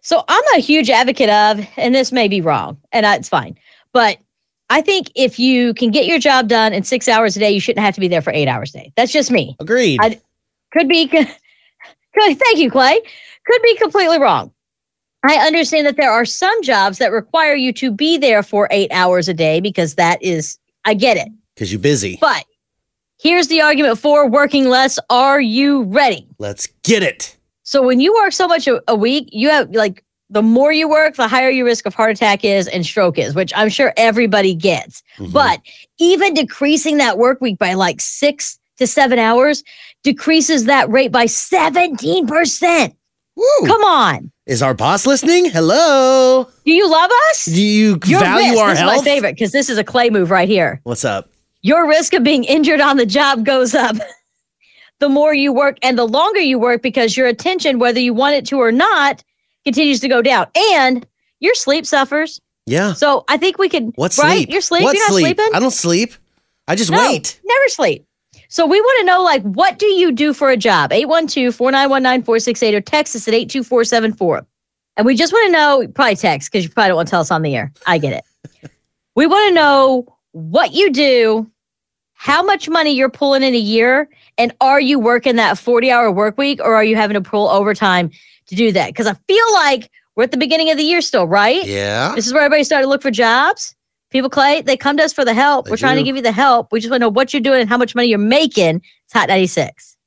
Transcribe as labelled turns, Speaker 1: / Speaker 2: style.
Speaker 1: So I'm a huge advocate of, and this may be wrong, and it's fine, but I think if you can get your job done in six hours a day, you shouldn't have to be there for eight hours a day. That's just me.
Speaker 2: Agreed.
Speaker 1: I- Could be, could, thank you, Clay. Could be completely wrong. I understand that there are some jobs that require you to be there for eight hours a day because that is, I get it.
Speaker 2: Because you're busy.
Speaker 1: But here's the argument for working less. Are you ready?
Speaker 2: Let's get it.
Speaker 1: So when you work so much a, a week, you have like the more you work, the higher your risk of heart attack is and stroke is, which I'm sure everybody gets.
Speaker 2: Mhm.
Speaker 1: But even decreasing that work week by like six to seven hours decreases that rate by 17%.
Speaker 2: Woo.
Speaker 1: Come on.
Speaker 2: is our boss listening? Hello.
Speaker 1: Do you love us?
Speaker 2: Do you
Speaker 1: Your
Speaker 2: value
Speaker 1: risk,
Speaker 2: our
Speaker 1: this
Speaker 2: health?
Speaker 1: is my favorite because this is a clay move right here.
Speaker 2: What's up?
Speaker 1: Your risk of being injured on the job goes up the more you work and the longer you work because your attention, whether you want it to or not, continues to go down. And your sleep suffers.
Speaker 2: Yeah.
Speaker 1: So I think we could
Speaker 2: What's
Speaker 1: right?
Speaker 2: sleep?
Speaker 1: You're sleeping.
Speaker 2: What's
Speaker 1: You're not
Speaker 2: sleep?
Speaker 1: sleeping.
Speaker 2: I don't sleep. I just
Speaker 1: No.
Speaker 2: wait.
Speaker 1: Never sleep. So we want to know like what do you do for a job? 812-491-9468 or text us at 82474. And we just want to know, probably text because you probably don't want to tell us on the air. I get it. we want to know what you do, how much money you're pulling in a year, and are you working that 40 hour work week or are you having to pull overtime to do that? Because I feel like we're at the beginning of the year still, right?
Speaker 2: Yeah.
Speaker 1: This is where everybody started to look for jobs. People, Clay, they come to us for the help.
Speaker 2: They
Speaker 1: We're trying to
Speaker 2: do.
Speaker 1: give you the help. We just want to know what you're doing and how much money you're making. It's Hot 96.